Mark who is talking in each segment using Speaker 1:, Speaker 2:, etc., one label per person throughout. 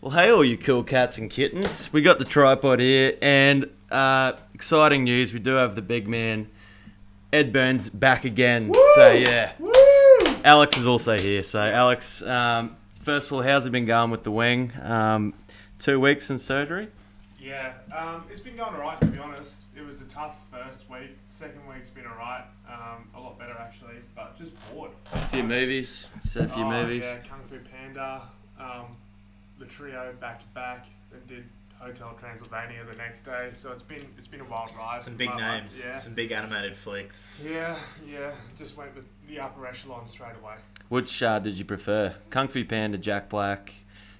Speaker 1: Well, hey, all you cool cats and kittens. We got the tripod here, and uh, exciting news we do have the big man, Ed Burns, back again. So, yeah. Alex is also here. So, Alex, um, first of all, how's it been going with the wing? Um, two weeks in surgery?
Speaker 2: Yeah, um, it's been going alright to be honest. It was a tough first week. Second week's been alright, um, a lot better actually, but just bored.
Speaker 1: A few movies. Said a few
Speaker 2: Oh,
Speaker 1: movies.
Speaker 2: Yeah, Kung Fu Panda, um, the trio back to back, then did Hotel Transylvania the next day. So it's been it's been a wild ride.
Speaker 3: Some big
Speaker 2: but, uh,
Speaker 3: names,
Speaker 2: Yeah.
Speaker 3: some big animated flicks.
Speaker 2: yeah, yeah. Just went with the upper echelon straight away.
Speaker 1: Which uh, did you prefer? Kung Fu Panda, Jack Black,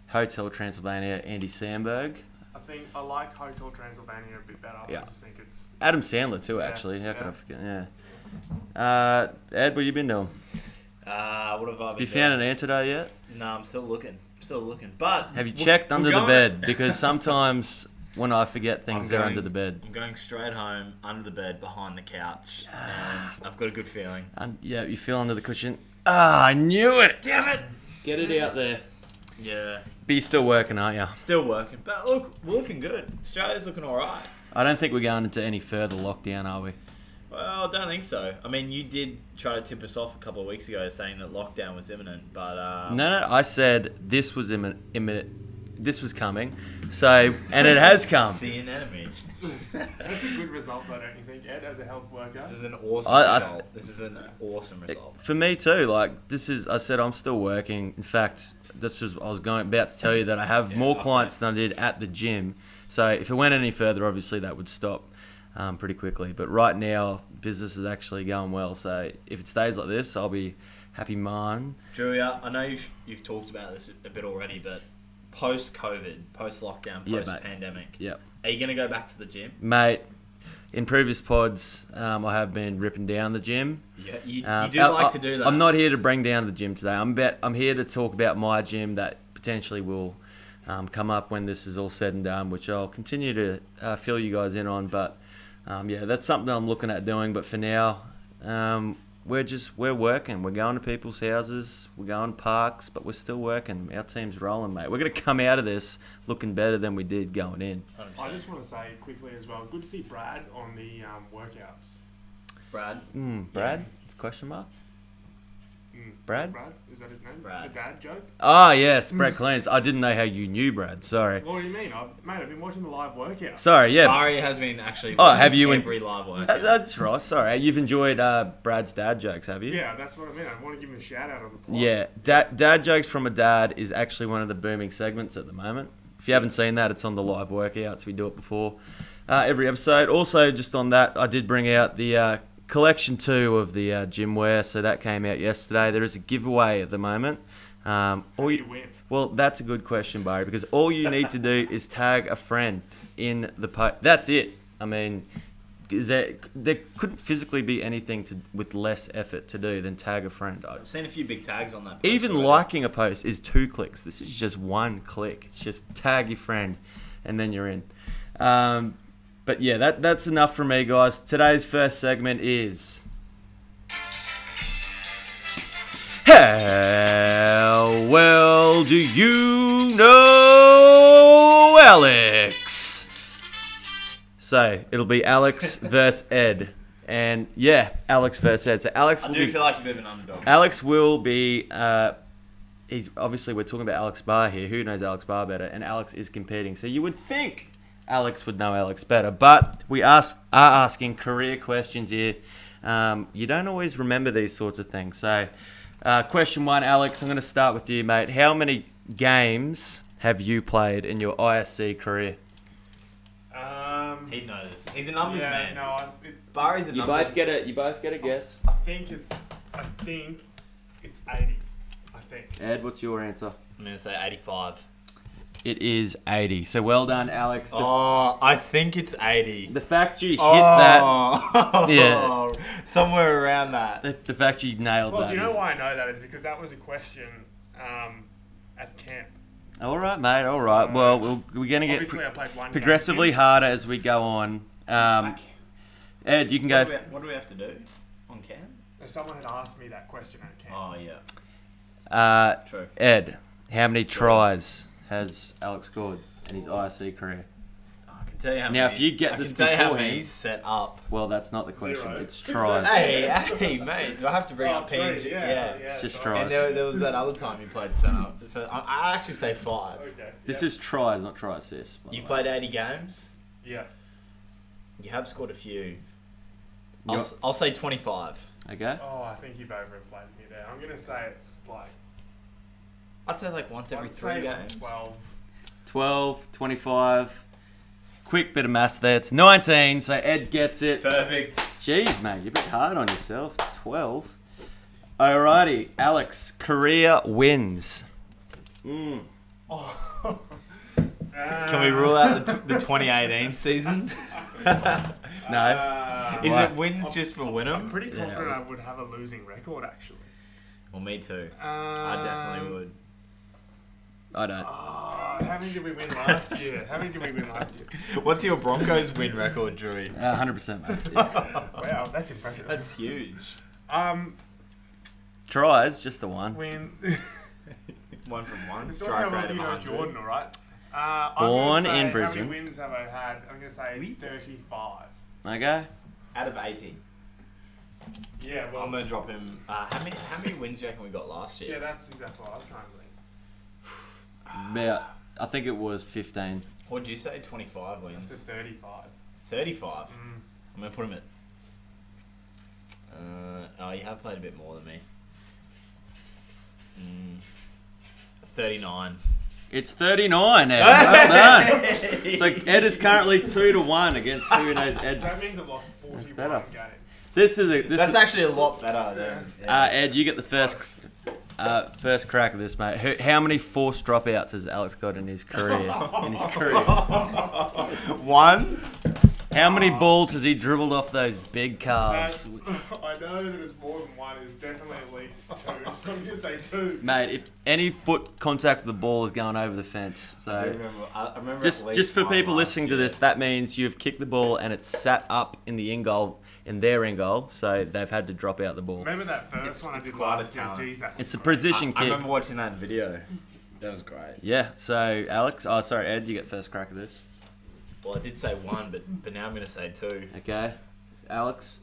Speaker 1: Hotel Transylvania, Andy Samberg?
Speaker 2: I think I liked Hotel Transylvania a bit better.
Speaker 1: Yeah.
Speaker 2: I just think it's
Speaker 1: Adam Sandler, too, actually. How could I
Speaker 2: yeah.
Speaker 1: forget? Yeah. Uh, Ed, what you been doing?
Speaker 3: Ah, what have I been?
Speaker 1: You
Speaker 3: doing?
Speaker 1: found an antidote yet?
Speaker 3: No, I'm still looking, still looking. But
Speaker 1: Have you
Speaker 3: we're-
Speaker 1: checked
Speaker 3: we're
Speaker 1: under the
Speaker 3: going-
Speaker 1: bed? Because sometimes when I forget things,
Speaker 3: I'm
Speaker 1: they're
Speaker 3: going-
Speaker 1: under the bed.
Speaker 3: I'm going straight home, under the bed, behind the couch,
Speaker 1: Ah.
Speaker 3: and I've got a good feeling.
Speaker 1: Um, yeah, you feel under the cushion. Ah, I knew it.
Speaker 3: Damn it!
Speaker 1: Get it out there.
Speaker 3: Yeah,
Speaker 1: But you're still working, aren't you?
Speaker 3: still working, but look, we're looking good. Australia's looking all right.
Speaker 1: I don't think we're going into any further lockdown, are we?
Speaker 3: Well, I don't think so. I mean, you did try to tip us off a couple of weeks ago, saying that lockdown was imminent, but uh,
Speaker 1: No, no. I said this was imminent. imminent this was coming. So, and it has come.
Speaker 3: it's the enemy.
Speaker 2: that's a good result, though, don't you think, Ed? As a health worker,
Speaker 3: This is an awesome
Speaker 1: I- I-
Speaker 3: result. this is an awesome result.
Speaker 1: For me too. Like this is. I said I'm still working. In fact, this was. I was going about to tell you that I have
Speaker 3: Yeah,
Speaker 1: more
Speaker 3: okay.
Speaker 1: clients than I did at the gym. So if it went any further, obviously that would stop um, pretty quickly. But right now, business is actually going well. So if it stays like this, I'll be happy man.
Speaker 3: Julia, I know you've, you've talked about this a bit already, but post COVID, post lockdown,
Speaker 1: Yeah,
Speaker 3: post pandemic,
Speaker 1: Yep.
Speaker 3: are you going to go back to the gym?
Speaker 1: Mate, in previous pods, um, I have been ripping down the gym.
Speaker 3: Yeah, you,
Speaker 1: Um,
Speaker 3: you do
Speaker 1: I-
Speaker 3: like
Speaker 1: I-
Speaker 3: to do that.
Speaker 1: I'm not here to bring down the gym today. I'm about, I'm here to talk about my gym that potentially will um, come up when this is all said and done, which I'll continue to uh, fill you guys in on. But um, yeah, that's something I'm looking at doing. But for now, um, we're just we're working. We're going to people's houses. We're going parks, but we're still working. Our team's rolling, mate. We're gonna come out of this looking better than we did going in.
Speaker 3: 100%.
Speaker 2: I just want to say quickly as well. Good to see Brad on the um, workouts.
Speaker 3: Brad,
Speaker 1: Mm, Brad? Question mark.
Speaker 2: Mm.
Speaker 1: Brad?
Speaker 2: Brad? Is that his name?
Speaker 3: Brad.
Speaker 2: The dad joke?
Speaker 1: Ah, yes, Brad Cleans. I didn't know how you knew Brad. Sorry.
Speaker 2: What do you mean? I've, mate, I've been watching the live workout.
Speaker 1: Sorry. Yeah.
Speaker 3: Ari has been actually.
Speaker 1: Oh, have you in-
Speaker 3: every live work?
Speaker 1: That- That's right. Sorry, you've enjoyed uh, Brad's dad jokes, have you?
Speaker 2: yeah, that's what I mean. I want to give him a shout out on the pod.
Speaker 1: Yeah. Da- dad jokes from a dad is actually one of the booming segments at the moment. If you haven't seen that, it's on the live workouts. We do it before uh, every episode. Also, just on that, I did bring out the uh, collection two of the uh, gym wear, so that came out yesterday. There is a giveaway at the moment. Um,
Speaker 2: How
Speaker 1: all
Speaker 2: do
Speaker 1: you-
Speaker 2: you win?
Speaker 1: well, that's a good question, Barry, because all you need to do is tag a friend in the post. That's it. I mean, is there, there couldn't physically be anything to, with less effort to do than tag a friend. I-
Speaker 3: I've seen a few big tags on that. post
Speaker 1: Even
Speaker 3: already.
Speaker 1: liking a post is two clicks. This is just one click. It's just tag your friend, and then you're in. Um, but yeah, that that's enough for me, guys. Today's first segment is. How well do you know Alex? So it'll be Alex versus Ed, and yeah, Alex versus Ed. So Alex
Speaker 3: I
Speaker 1: will
Speaker 3: do
Speaker 1: be
Speaker 3: feel like a bit of an underdog.
Speaker 1: Alex will be. Uh, he's obviously we're talking about Alex Barr here. Who knows Alex Barr better? And Alex is competing, so you would think Alex would know Alex better. But we ask are asking career questions here. Um, you don't always remember these sorts of things. So, uh, question one, Alex, I'm going to start with you, mate. How many games have you played in your ISC career?
Speaker 2: Um,
Speaker 3: He knows. He's a numbers
Speaker 2: yeah,
Speaker 3: man.
Speaker 2: No, I, it,
Speaker 3: Barry's a numbers.
Speaker 1: get a you both get a guess.
Speaker 2: I think it's. I think it's 80. I think.
Speaker 1: Ed, what's your answer?
Speaker 3: I'm gonna say 85.
Speaker 1: It is 80. So well done, Alex. The,
Speaker 3: Oh, I think it's 80.
Speaker 1: the fact you hit that Yeah.
Speaker 3: Somewhere around that.
Speaker 1: The, the fact you nailed
Speaker 2: Well,
Speaker 1: that.
Speaker 2: do you know
Speaker 1: is-
Speaker 2: why I know that is because that was a question um, at camp.
Speaker 1: All right, mate. All right.
Speaker 2: So-
Speaker 1: well, we'll we're going to get
Speaker 2: Obviously, I played one. game
Speaker 1: progressively
Speaker 2: against-
Speaker 1: harder as we go on. Um, Ed, you can go.
Speaker 3: What do, we, what do we have to do on cam?
Speaker 2: If Someone had asked me
Speaker 1: Oh,
Speaker 2: that question at camp.
Speaker 3: Oh yeah,
Speaker 1: Uh,
Speaker 3: Oh, true.
Speaker 1: Ed, how many tries has Alex scored in his IC career?
Speaker 3: I can tell you how
Speaker 1: Now,
Speaker 3: many-
Speaker 1: if you get
Speaker 3: I
Speaker 1: this
Speaker 3: can tell you how many
Speaker 1: beforehand-
Speaker 3: he's set up.
Speaker 1: Well, that's not the question.
Speaker 2: Zero.
Speaker 1: It's tries.
Speaker 3: Hey, hey, mate! Do I have to bring
Speaker 2: Oh,
Speaker 3: up
Speaker 2: three,
Speaker 3: PNG?
Speaker 2: yeah,
Speaker 1: It's just
Speaker 2: sorry.
Speaker 1: try.
Speaker 3: And there, there was that other time you played set up. So I, I actually say five.
Speaker 2: Okay.
Speaker 1: This
Speaker 2: yeah.
Speaker 1: is tries, not try assists. by the
Speaker 3: You've
Speaker 1: way.
Speaker 3: played 80 games.
Speaker 2: yeah.
Speaker 3: You have scored a few. I'll,
Speaker 1: You're-
Speaker 3: s- I'll say 25.
Speaker 1: Okay.
Speaker 2: Oh, I think you've overinflated me there. I'm gonna say it's like
Speaker 3: I'd say like once every
Speaker 2: I'd
Speaker 3: three
Speaker 2: say
Speaker 3: games.
Speaker 2: Twelve.
Speaker 1: 12, 25. Quick bit of maths there. It's 19, so Ed gets it.
Speaker 3: Perfect.
Speaker 1: Jeez, mate, you're a bit hard on yourself. 12. Alrighty, Alex, career wins. Mm.
Speaker 2: Oh.
Speaker 3: Can we rule out the, t- the 2018 season?
Speaker 1: No.
Speaker 3: Is
Speaker 1: Why?
Speaker 3: it wins just for
Speaker 2: I'm
Speaker 3: Winham?
Speaker 2: Uh, pretty
Speaker 1: Yeah,
Speaker 2: confident
Speaker 1: it was-
Speaker 2: I would have a losing record actually.
Speaker 3: Well, me too.
Speaker 2: Um,
Speaker 3: I definitely would.
Speaker 1: I don't.
Speaker 2: Oh, how many did we win last year? How many did we win last year?
Speaker 3: What's your Broncos win record, Drew?
Speaker 1: Uh, 100%, mate. Yeah.
Speaker 2: Wow, that's impressive.
Speaker 3: That's huge.
Speaker 2: um,
Speaker 1: tries, just the one.
Speaker 2: when
Speaker 3: One from one.
Speaker 2: it's not how
Speaker 3: strike
Speaker 2: well
Speaker 3: rate
Speaker 2: do you
Speaker 3: of
Speaker 2: know
Speaker 3: 100.
Speaker 2: Jordan, all right? Uh, I'm
Speaker 1: Born
Speaker 2: gonna say,
Speaker 1: in
Speaker 2: How
Speaker 1: Brisbane.
Speaker 2: many wins have I had? I'm gonna say 35.
Speaker 1: Okay.
Speaker 3: Out of 80.
Speaker 2: Yeah, well,
Speaker 3: I'm going to drop him. Uh, how, many, how many wins do you reckon we got last year?
Speaker 2: yeah, that's exactly what I was trying to think.
Speaker 1: About, I think it was 15.
Speaker 3: What'd you say? 25
Speaker 2: I said
Speaker 3: wins.
Speaker 2: 35.
Speaker 3: 35.
Speaker 2: Mm.
Speaker 3: I'm going to put him at. Uh, oh, you have played a bit more than me. Mm, 39.
Speaker 1: It's 39 now. Well done. So Ed is currently 2 to 1 against who knows
Speaker 2: So
Speaker 1: Ed.
Speaker 2: that means I've lost 41
Speaker 1: better.
Speaker 2: games.
Speaker 1: This is a. This
Speaker 3: That's
Speaker 1: is,
Speaker 3: actually a lot better than.
Speaker 1: Uh, Ed, you get the first uh, first crack of this, mate. Who- How many forced dropouts has Alex got in his career? In his career,
Speaker 3: One.
Speaker 1: how many balls has he dribbled off those big calves,
Speaker 2: That's, I know that it's more than one. It's definitely at least two. So I'm gonna say two.
Speaker 1: mate? If any foot contact with the ball is going over the fence,
Speaker 3: I do
Speaker 1: so
Speaker 3: remember, I I remember at
Speaker 1: just
Speaker 3: least
Speaker 1: just for
Speaker 3: one
Speaker 1: people
Speaker 3: last
Speaker 1: listening to
Speaker 3: year.
Speaker 1: this, that means you've kicked the ball and it's sat up in the in goal in their in goal, so they've had to drop out the ball.
Speaker 2: Remember that first one I
Speaker 3: it's
Speaker 2: did
Speaker 3: quite a
Speaker 2: last year?
Speaker 3: talent.
Speaker 2: Geez, that
Speaker 1: It's a
Speaker 2: was great.
Speaker 1: position
Speaker 3: I
Speaker 1: kick.
Speaker 3: remember watching that video. That was great.
Speaker 1: Yeah. So Alex, oh sorry, Ed, you get first crack of this.
Speaker 3: Well, I did say one, but but now I'm gonna say two.
Speaker 1: Okay, Alex.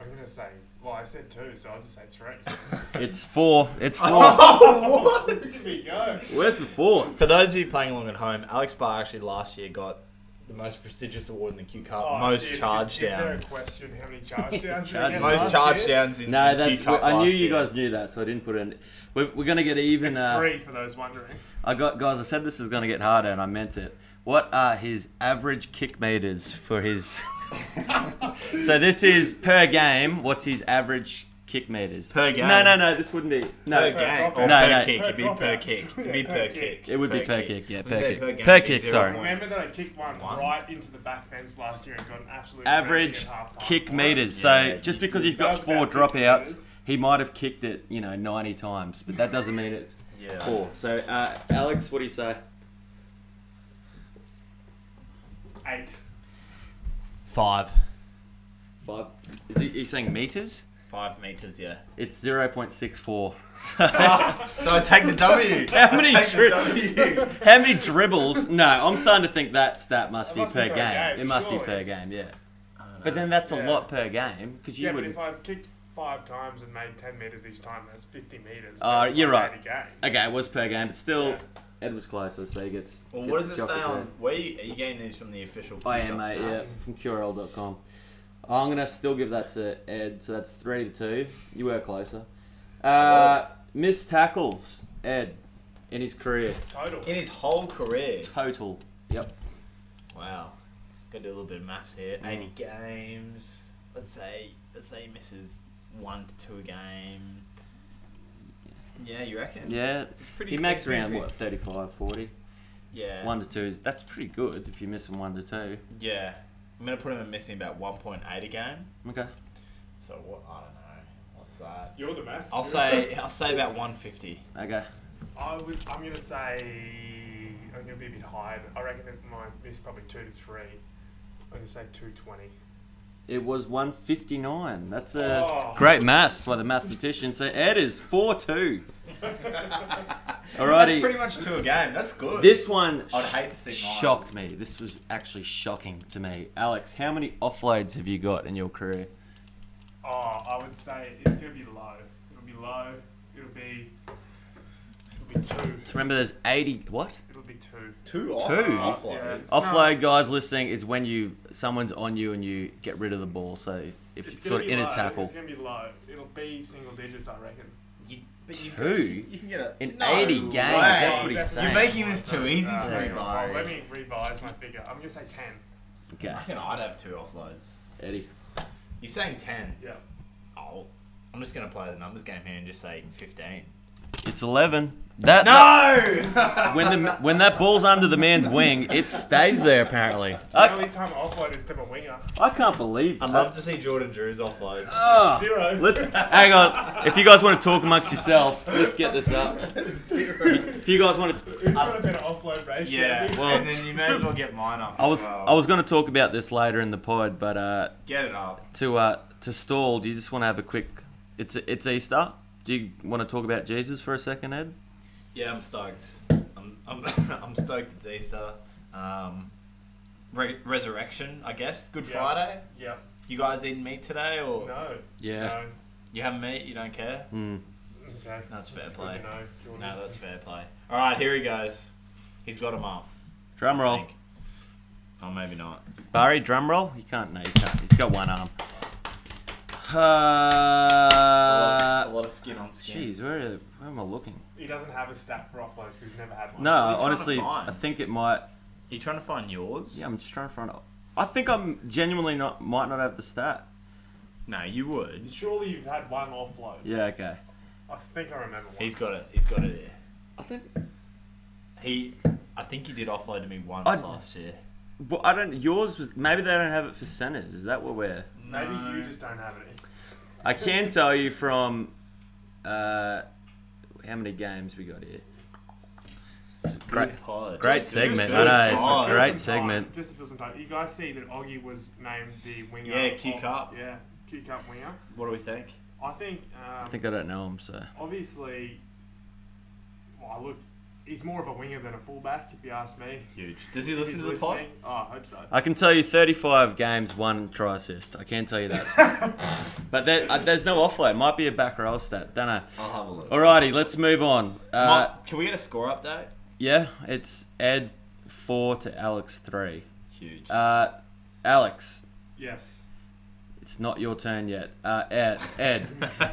Speaker 2: I'm gonna say. Well, I said two, so I'll just say three.
Speaker 1: It's four. It's four.
Speaker 2: Here we go.
Speaker 1: Where's the four?
Speaker 3: For those of you playing along at home, Alex Barr actually last year got the most prestigious award in the Q Cup,
Speaker 2: Oh,
Speaker 3: most
Speaker 2: dude, is-
Speaker 3: charge
Speaker 2: Is there a
Speaker 3: downs.
Speaker 2: question how many charge downs? we
Speaker 1: Charge
Speaker 2: had
Speaker 1: downs.
Speaker 3: Most
Speaker 2: last
Speaker 3: charge
Speaker 2: year?
Speaker 3: downs in
Speaker 1: No,
Speaker 3: in Q
Speaker 1: that's.
Speaker 3: Cup
Speaker 1: I knew
Speaker 3: last
Speaker 1: you
Speaker 3: year.
Speaker 1: guys knew that, so I didn't put it in. We're, we're gonna get even.
Speaker 2: It's
Speaker 1: Uh,
Speaker 2: three for those wondering.
Speaker 1: I got guys. I said this is gonna get harder, and I meant it. What are his average kick meters for his? so this is per game. What's his average kick meters
Speaker 3: Per game.
Speaker 1: No, no, no. This wouldn't be.
Speaker 3: per
Speaker 1: No,
Speaker 3: game.
Speaker 2: dropout.
Speaker 3: Or
Speaker 1: No,
Speaker 3: per
Speaker 1: no.
Speaker 3: kick.
Speaker 2: Per
Speaker 3: It'd be per
Speaker 2: dropouts.
Speaker 3: kick. It'd
Speaker 2: Yeah,
Speaker 3: be
Speaker 2: per
Speaker 3: per
Speaker 2: kick.
Speaker 3: kick.
Speaker 1: It would be per kick, yeah, per kick. Per kick, sorry.
Speaker 2: Remember that I kicked one,
Speaker 3: One.
Speaker 2: right into the back fence last year and got an absolute
Speaker 1: average
Speaker 2: burning at halftime.
Speaker 1: kick meters.
Speaker 3: Yeah,
Speaker 1: so just
Speaker 3: you-
Speaker 1: because
Speaker 2: you-
Speaker 1: he's got
Speaker 2: That was
Speaker 1: four
Speaker 2: about fifty
Speaker 1: dropouts,
Speaker 2: meters.
Speaker 1: he might have kicked it, you know, ninety times, but that doesn't mean it's
Speaker 3: Yeah.
Speaker 1: four. So uh, Alex, what do you say?
Speaker 2: Eight.
Speaker 3: Five.
Speaker 1: Five. Is he, he's saying meters?
Speaker 3: Five meters. Yeah.
Speaker 1: It's zero point six four.
Speaker 3: So I take the W.
Speaker 1: How many
Speaker 3: Take
Speaker 1: tri-
Speaker 3: the W.
Speaker 1: How many dribbles? No, I'm starting to think that stat must
Speaker 2: It
Speaker 1: be
Speaker 2: must
Speaker 1: per
Speaker 2: be per
Speaker 1: game.
Speaker 2: game,
Speaker 1: It must be
Speaker 2: surely.
Speaker 1: per game, yeah.
Speaker 3: I
Speaker 1: But
Speaker 3: don't know.
Speaker 1: then that's
Speaker 2: Yeah.
Speaker 1: a lot per game because you
Speaker 2: yeah, but
Speaker 1: wouldn't.
Speaker 2: if I've kicked five times and made 10 metres each time, that's 50 metres.
Speaker 1: Uh,
Speaker 2: That's
Speaker 1: you're
Speaker 2: like
Speaker 1: right.
Speaker 2: 80 games.
Speaker 1: Okay, it was per game, but still,
Speaker 2: Yeah.
Speaker 1: Ed was closer, so he gets.
Speaker 3: Well,
Speaker 1: gets
Speaker 3: what does it
Speaker 1: the
Speaker 3: say
Speaker 1: chocolate
Speaker 3: on?
Speaker 1: there.
Speaker 3: Where you, are you getting these from the official?
Speaker 1: I
Speaker 3: Q
Speaker 1: am,
Speaker 3: Cup
Speaker 1: mate, yeah,
Speaker 3: stats?
Speaker 1: from QRL.com. I'm going to still give that to Ed, so that's 3 to 2. You were closer. Uh,
Speaker 3: was.
Speaker 1: missed tackles, Ed, in his career.
Speaker 2: Total.
Speaker 3: In his whole career.
Speaker 1: Total. Yep.
Speaker 3: Wow. Gotta do a little bit of maths here.
Speaker 1: Mm.
Speaker 3: Eighty games. Let's say let's say he misses one to two a game. Yeah, you reckon?
Speaker 1: Yeah.
Speaker 3: It's pretty
Speaker 1: He makes
Speaker 3: it's pretty
Speaker 1: around,
Speaker 3: good.
Speaker 1: what, 35, 40?
Speaker 3: Yeah.
Speaker 1: 1 to 2 is. That's pretty good if you're missing 1 to 2.
Speaker 3: Yeah. I'm gonna put him at missing about one point eight a game.
Speaker 1: Okay.
Speaker 3: So what I don't know. What's that?
Speaker 2: You're the best.
Speaker 3: I'll say I'll say about one fifty.
Speaker 1: Okay.
Speaker 2: I would, I'm going to say. I'm going to be a bit higher. But I reckon that mine is probably 2 to 3. I'm going to say 220.
Speaker 1: It was 159. That's a
Speaker 2: Oh.
Speaker 1: great maths by the mathematician. So Ed is 4 2.
Speaker 3: That's
Speaker 1: Alrighty.
Speaker 3: pretty much to a game. That's good.
Speaker 1: This one
Speaker 3: I'd hate to see mine.
Speaker 1: shocked me. This was actually shocking to me. Alex, how many offloads have you got in your career?
Speaker 2: Oh, I would say it's gonna be low. It'll be low. It'll be. It'll be
Speaker 1: So
Speaker 2: two.
Speaker 1: remember, there's 80. What?
Speaker 2: It'll be two.
Speaker 3: two off-
Speaker 1: Two?
Speaker 2: Yeah,
Speaker 3: offloads.
Speaker 2: it's not-
Speaker 1: Offload, guys listening, is when you someone's on you and you get rid of the ball. So if it's,
Speaker 2: It's
Speaker 1: sort
Speaker 2: gonna
Speaker 1: of
Speaker 2: be
Speaker 1: in
Speaker 2: low.
Speaker 1: a tackle,
Speaker 2: It's gonna be low. It'll be single digits, I reckon.
Speaker 3: You, but you
Speaker 1: Two?
Speaker 3: You can get a
Speaker 1: In
Speaker 3: No
Speaker 1: 80 games, that's
Speaker 2: what he's
Speaker 3: You're
Speaker 1: saying.
Speaker 3: making this too easy
Speaker 2: Uh,
Speaker 3: for me,
Speaker 1: hang
Speaker 2: Oh,
Speaker 3: Byron.
Speaker 2: let me revise my figure. I'm gonna say ten.
Speaker 1: okay,
Speaker 3: I reckon I'd have two offloads.
Speaker 1: Eddie,
Speaker 3: You're saying ten.
Speaker 2: Yeah.
Speaker 3: Oh, I'm just gonna play the numbers game here and just say fifteen.
Speaker 1: it's 11. That
Speaker 3: No.
Speaker 1: when the when that ball's under the man's wing, it stays there. Apparently,
Speaker 2: The
Speaker 1: I,
Speaker 2: only time I offload is to my winger.
Speaker 1: I can't believe.
Speaker 3: I'd love to see Jordan Drew's offloads.
Speaker 1: Oh,
Speaker 2: Zero.
Speaker 1: let's hang on. If you guys want to talk amongst yourself, let's get this up.
Speaker 3: Zero.
Speaker 1: If you guys want to
Speaker 2: Who's got a better offload ratio?
Speaker 3: Yeah,
Speaker 1: Well-
Speaker 3: and then you may as well get mine up.
Speaker 1: I
Speaker 3: as
Speaker 1: was
Speaker 3: well.
Speaker 1: I was going to talk about this later in the pod, but uh,
Speaker 3: get it up.
Speaker 1: to uh, to stall, do you just want to have a quick? It's it's Easter. Do you want to talk about Jesus for a second, Ed?
Speaker 3: Yeah, I'm stoked. I'm I'm, I'm stoked it's Easter. Um, re- resurrection, I guess. Good
Speaker 2: Yeah.
Speaker 3: Friday.
Speaker 2: Yeah.
Speaker 3: You guys eating meat today, or
Speaker 2: No.
Speaker 1: Yeah.
Speaker 3: you have meat? You don't care?
Speaker 1: Mm.
Speaker 2: No. Okay.
Speaker 3: That's fair
Speaker 2: It's good
Speaker 3: play.
Speaker 2: to know, Jordan.
Speaker 3: No, that's fair play. All right, here he goes. He's got him up.
Speaker 1: Drum
Speaker 3: I
Speaker 1: roll,
Speaker 3: think. Oh, maybe not.
Speaker 1: Barry. Drum roll. He can't. No, he can't. He's got one arm. Uh,
Speaker 3: it's a lot of skin on skin.
Speaker 1: Jeez, where, where am I looking?
Speaker 2: He doesn't have a stat for offloads because he's never had one.
Speaker 1: No,
Speaker 3: you trying to
Speaker 1: honestly,
Speaker 3: find?
Speaker 1: I think it might.
Speaker 3: You trying to find yours?
Speaker 1: Yeah, I'm just trying to find out. I think I'm genuinely not might not have the stat.
Speaker 3: No, you would.
Speaker 2: Surely you've had one offload.
Speaker 1: Yeah, okay.
Speaker 2: I think I remember one.
Speaker 3: He's got it. He's got it there.
Speaker 1: I think.
Speaker 3: He, I think he did offload to me once
Speaker 1: I'd-
Speaker 3: last year.
Speaker 1: Well, I don't. Yours was maybe they don't have it for centers. Is that what we're?
Speaker 2: Maybe
Speaker 3: No.
Speaker 2: you just don't have it.
Speaker 1: I can tell you from uh, how many games we got here. It's a great,
Speaker 3: Good pod.
Speaker 1: great
Speaker 3: Just-
Speaker 1: segment.
Speaker 3: just
Speaker 1: I
Speaker 3: good
Speaker 1: know it's
Speaker 3: pod.
Speaker 1: a great
Speaker 2: Just some time,
Speaker 1: segment.
Speaker 2: Just to fill some time. You guys see that Augie was named the winger.
Speaker 3: Yeah, Q
Speaker 2: of-
Speaker 3: Cup.
Speaker 2: Yeah, Q Cup winger.
Speaker 3: What do we think?
Speaker 2: I think. Um,
Speaker 1: I think I don't know him, so
Speaker 2: obviously, well, look, he's more of a winger than a fullback, if you ask me.
Speaker 3: Huge. Does he
Speaker 2: If
Speaker 3: listen
Speaker 2: he's
Speaker 3: to the pod?
Speaker 2: listening- Oh, I hope so.
Speaker 1: I can tell you 35 games, one try assist. I can tell you that. but there, uh, there's no offload. Might be a back roll stat. Don't know.
Speaker 3: I'll have a look.
Speaker 1: Alrighty, let's move on. Uh,
Speaker 3: Mike, can we get a score update?
Speaker 1: yeah, it's Ed four to Alex three.
Speaker 3: Huge.
Speaker 1: Uh, Alex,
Speaker 2: Yes.
Speaker 1: It's not your turn yet. Uh, Ed, Ed,